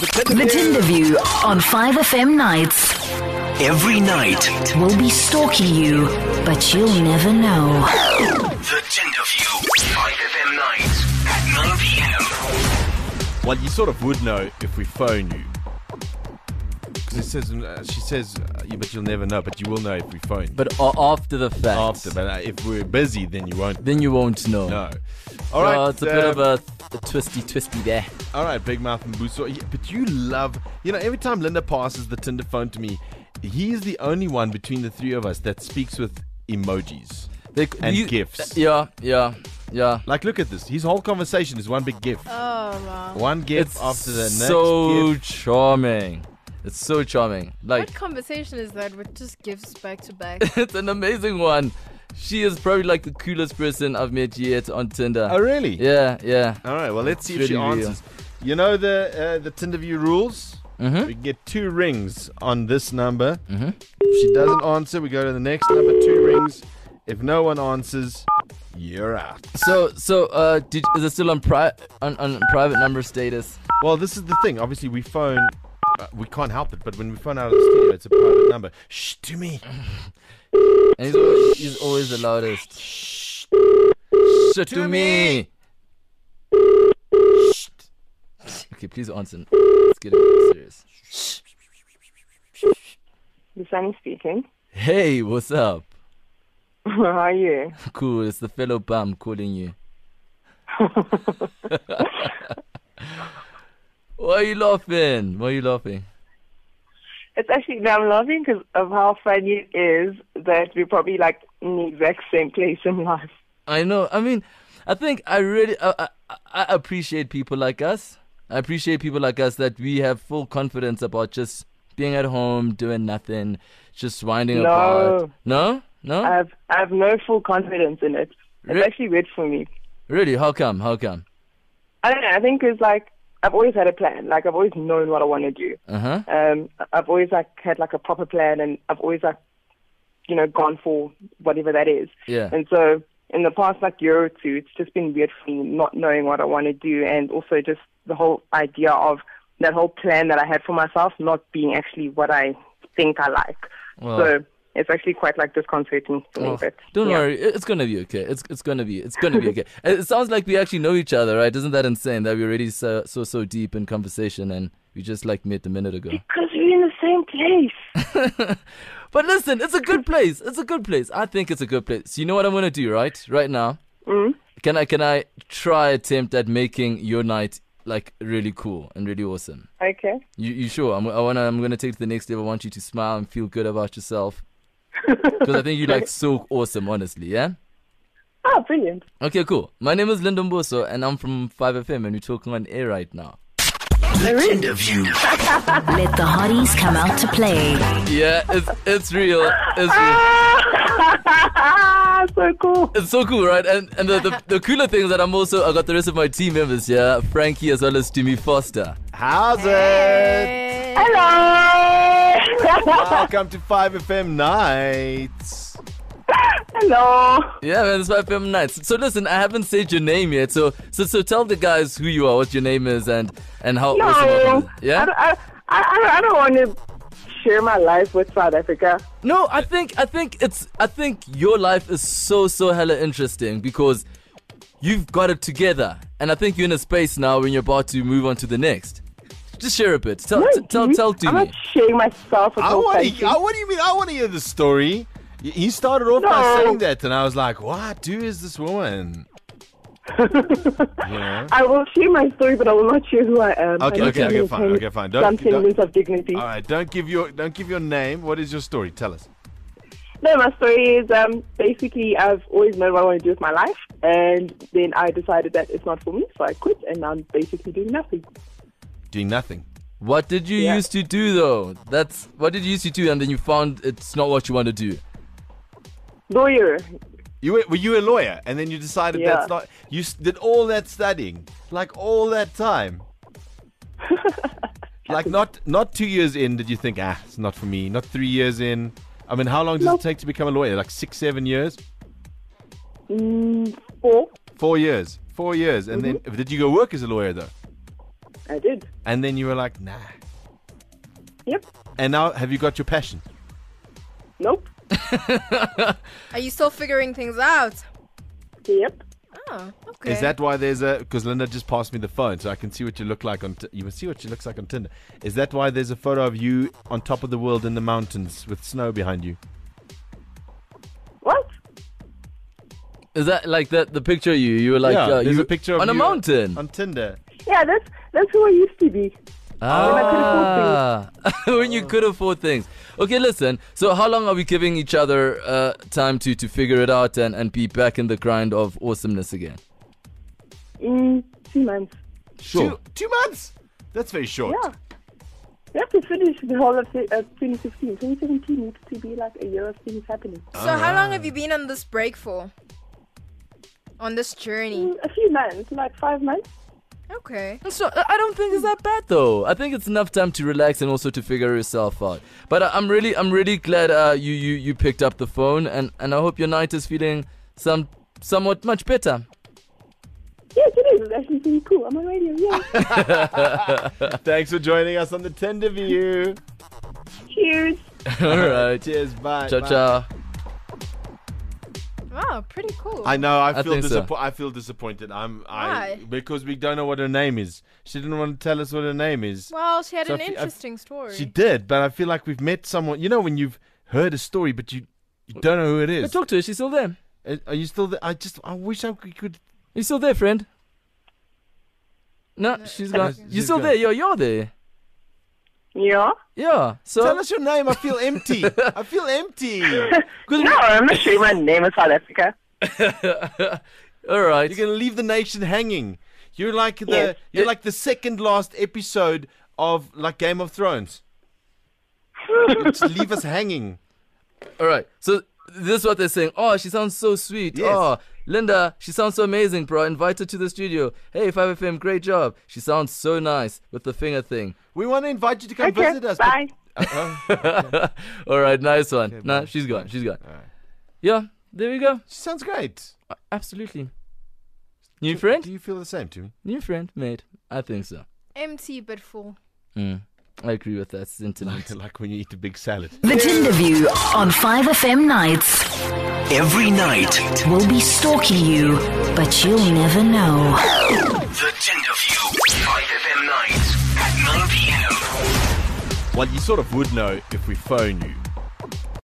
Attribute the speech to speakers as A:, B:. A: The Tinder View on 5FM nights
B: Every night,
A: will be stalking you, but you'll never know.
B: the Tinder View, 5FM night at 9 p.m.
C: Well, you sort of would know if we phone you. Because it says, uh, she says, uh, you- but you'll never know, but you will know if we phone you.
D: But a- after the fact,
C: After, but uh, if we're busy, then you won't
D: then you won't know.
C: know.
D: Well,
C: All right,
D: Oh, it's a bit
C: uh,
D: of a, a twisty, twisty there.
C: all right, Big Mouth and Buso. Yeah, but you love, you know, every time Linda passes the Tinder phone to me, he's the only one between the three of us that speaks with emojis
D: They,
C: and gifts.
D: Yeah, yeah, yeah.
C: Like, look at this. His whole conversation is one big gif.
E: Oh wow.
C: One gif
D: it's
C: after the next
D: so
C: gif.
D: charming. It's so charming. Like
E: What conversation is that with just gifts back to back?
D: it's an amazing one. She is probably like the coolest person I've met yet on Tinder.
C: Oh, really?
D: Yeah, yeah.
C: All right, well, let's see if
D: It's
C: she
D: really real.
C: answers. You know the uh, the Tinderview rules. We can get two rings on this number. Mm-hmm. If she doesn't answer, we go to the next number. Two rings. If no one answers, you're out.
D: So, so uh, did, is it still on, pri- on on private number status?
C: Well, this is the thing. Obviously, we phone. Uh, we can't help it, but when we phone out of the studio, it's a private number. Shh, to me.
D: And he's always, he's always the loudest. Shh. Shh to me. Shh. Okay, please answer. Let's get it serious.
F: Sunny speaking.
D: Hey, what's up?
F: How are you?
D: Cool, it's the fellow bum calling you. Why are you laughing? Why are you laughing?
F: It's actually, no, I'm laughing because of how funny it is that we're probably like in the exact same place in life.
D: I know. I mean, I think I really I, I, I appreciate people like us. I appreciate people like us that we have full confidence about just being at home, doing nothing, just winding
F: No.
D: apart. No, no,
F: I have, I have no full confidence in it. It's
D: Re-
F: actually weird for me.
D: really? How come? How come?
F: I don't know. I think it's like I've always had a plan. Like I've always known what I want to do.
D: Uh huh.
F: Um, I- I've always like had like a proper plan, and I've always like, you know, gone for whatever that is.
D: Yeah.
F: And so in the past like year or two, it's just been weird for me not knowing what I want to do, and also just the whole idea of that whole plan that I had for myself not being actually what I think I like.
D: Well-
F: So it's actually quite like disconcerting to me.
D: Oh,
F: But
D: don't
F: yeah.
D: worry, it- it's gonna be okay. It's it's gonna be it's gonna be okay. It it sounds like we actually know each other, right? Isn't that insane that we're already so so so deep in conversation and we just like met a minute ago?
F: Because we're in the same place.
D: But listen, it's a good place. It's a good place. I think it's a good place. You know what I'm gonna do, right? Right now,
F: Mm.
D: can I can I try attempt at making your night like really cool and really awesome?
F: Okay.
D: You you sure? I'm I wanna I'm gonna take it to the next level. I want you to smile and feel good about yourself because I think you like so awesome. Honestly, yeah.
F: Oh, brilliant.
D: Okay, cool. My name is Lyndon Boso, and I'm from 5FM, and we're talking on air right now.
B: The Tinder View.
A: Let the hotties come out to play.
D: Yeah, it's it's real. It's real.
F: Ah, so cool.
D: It's so cool, right? And and the, the, the cooler thing is that I'm also I got the rest of my team members here, Frankie as well as Jimmy Foster.
C: How's
E: Hey.
C: it?
F: Hello.
C: Welcome to 5FM Nights.
F: Hello.
D: Yeah, man, it's 5FM nights. So listen, I haven't said your name yet, so so so tell the guys who you are, what your name is, and and how
F: No.
D: awesome. your company is.
F: I,
D: Yeah.
F: don't- I, I, I don't want to share my life with South Africa.
D: No, I think I think it's I think your life is so so hella interesting because you've got it together, and I think you're in a space now when you're about to move on to the next. Just share a bit. Tell
F: No,
D: t- tell
F: dude,
D: tell
F: mm-hmm. I'm
D: Dumi.
F: not sharing myself with
C: I
F: no
C: want
F: country.
C: to. I, what do you mean? I want to hear the story. Y- He started off by
F: No.
C: saying that, and I was like, "What? Who is this woman?" you know?
F: I will share my story, but I will not share who I am.
C: Okay,
F: I need
C: okay,
F: to
C: okay,
F: maintain
C: fine, okay, fine. Don't-
F: some
C: don't-
F: semblance of dignity.
C: All right, don't give your don't give your name. What is your story? Tell us.
F: No, my story is um, basically I've always known what I want to do with my life, and then I decided that it's not for me, so I quit, and now I'm basically doing nothing.
C: Doing nothing.
D: What did you
F: Yeah.
D: used to do though? That's what did you used to do, and then you found it's not what you want to do.
F: Lawyer.
C: You were, were you a lawyer, and then you decided
F: Yeah.
C: that's not. You s- did all that studying, like all that time. like not not two years in did you think ah it's not for me. Not three years in. I mean, how long does
F: Nope.
C: it take to become a lawyer? Like six, seven years.
F: Mm, four. Mm,
C: Four years. Four years. And then did you go work as a lawyer though?
F: I did.
C: And then you were like, nah.
F: Yep.
C: And now, have you got your passion?
F: Nope.
E: Are you still figuring things out?
F: Yep.
E: Oh, okay.
C: Is that why there's a? Because Linda just passed me the phone, so I can see what you look like on. T- you can see what she looks like on Tinder. Is that why there's a photo of you on top of the world in the mountains with snow behind you?
F: What?
D: Is that like that the picture of you? You were like
C: yeah,
D: uh,
C: there's
D: you
C: a picture of
D: on a
C: you
D: mountain.
C: on Tinder.
F: Yeah, that's that's who I used to be.
D: ah,
F: I
D: when you could afford things. Okay, listen. So how long are we giving each other uh, time to to figure it out and and be back in the grind of awesomeness again?
F: Mm, two months.
C: Sure. Two, two months. That's very short.
F: Yeah. We have to finish the whole of the- of 2015. 2017 needs to be like a year of things happening.
E: So how long
C: Ah.
E: have you been on this break for? On this journey?
F: Mm, A few months, like five months.
E: Okay.
D: It's not, uh, I don't think it's that bad though. I think it's enough time to relax and also to figure yourself out. But I, I'm really, I'm really glad uh, you you you picked up the phone, and and I hope your night is feeling some somewhat much better.
F: Yes, it is. It's actually pretty cool. I'm on radio. Yeah.
C: Thanks for joining us on the Tinder View.
F: Cheers.
D: All right,
C: Cheers. Bye.
D: ciao
C: bye.
D: ciao.
E: Wow, pretty cool.
C: I know. I,
D: I
C: feel
D: think so.
C: disappointed. I feel disappointed. I'm. I
E: Why?
C: because we don't know what her name is. She didn't want to tell us what her name is.
E: well, she had
C: So
E: an
C: I fe- I-
E: interesting story.
C: She did, but I feel like we've met someone. You know, when you've heard a story, but you, you don't know who it
D: I
C: is.
D: talked to her. She's still there.
C: Uh, Are you still there? I just, I wish I could. could-
D: You still there, friend? No, she's gone.
C: she's
D: You still
C: gone.
D: there? Yo, you're there.
F: Yeah.
D: Yeah. So
C: Tell us your name. I feel empty. I feel empty.
F: No, I'm not sure my name is South Africa.
D: all right.
C: You're gonna leave the nation hanging. You're like the,
F: Yes.
C: you're like the second last episode of like Game of Thrones. You just leave us hanging.
D: All right. So this is what they're saying. Oh, she sounds so sweet.
C: Yes.
D: Oh, Linda, she sounds so amazing, bro. Invite her to the studio. Hey, 5FM, great job. She sounds so nice with the finger thing.
C: We want to invite you to come
F: Okay.
C: visit us. but- uh,
F: Bye.
D: All right, nice one. nah, she's gone. She's gone. Yeah, there we go.
C: She sounds great.
D: A- Absolutely. New friend?
C: Do you feel the same to me?
D: New friend, mate. I think so.
E: Empty but full.
D: Mm. I agree with that sentiment.
C: like when you eat a big salad.
A: The Tinder View on 5FM nights
B: Every night,
A: will be stalking you, but you'll never know.
B: The Gender View. 5FM nights at 9 p.m.
C: Well, you sort of would know if we phone you.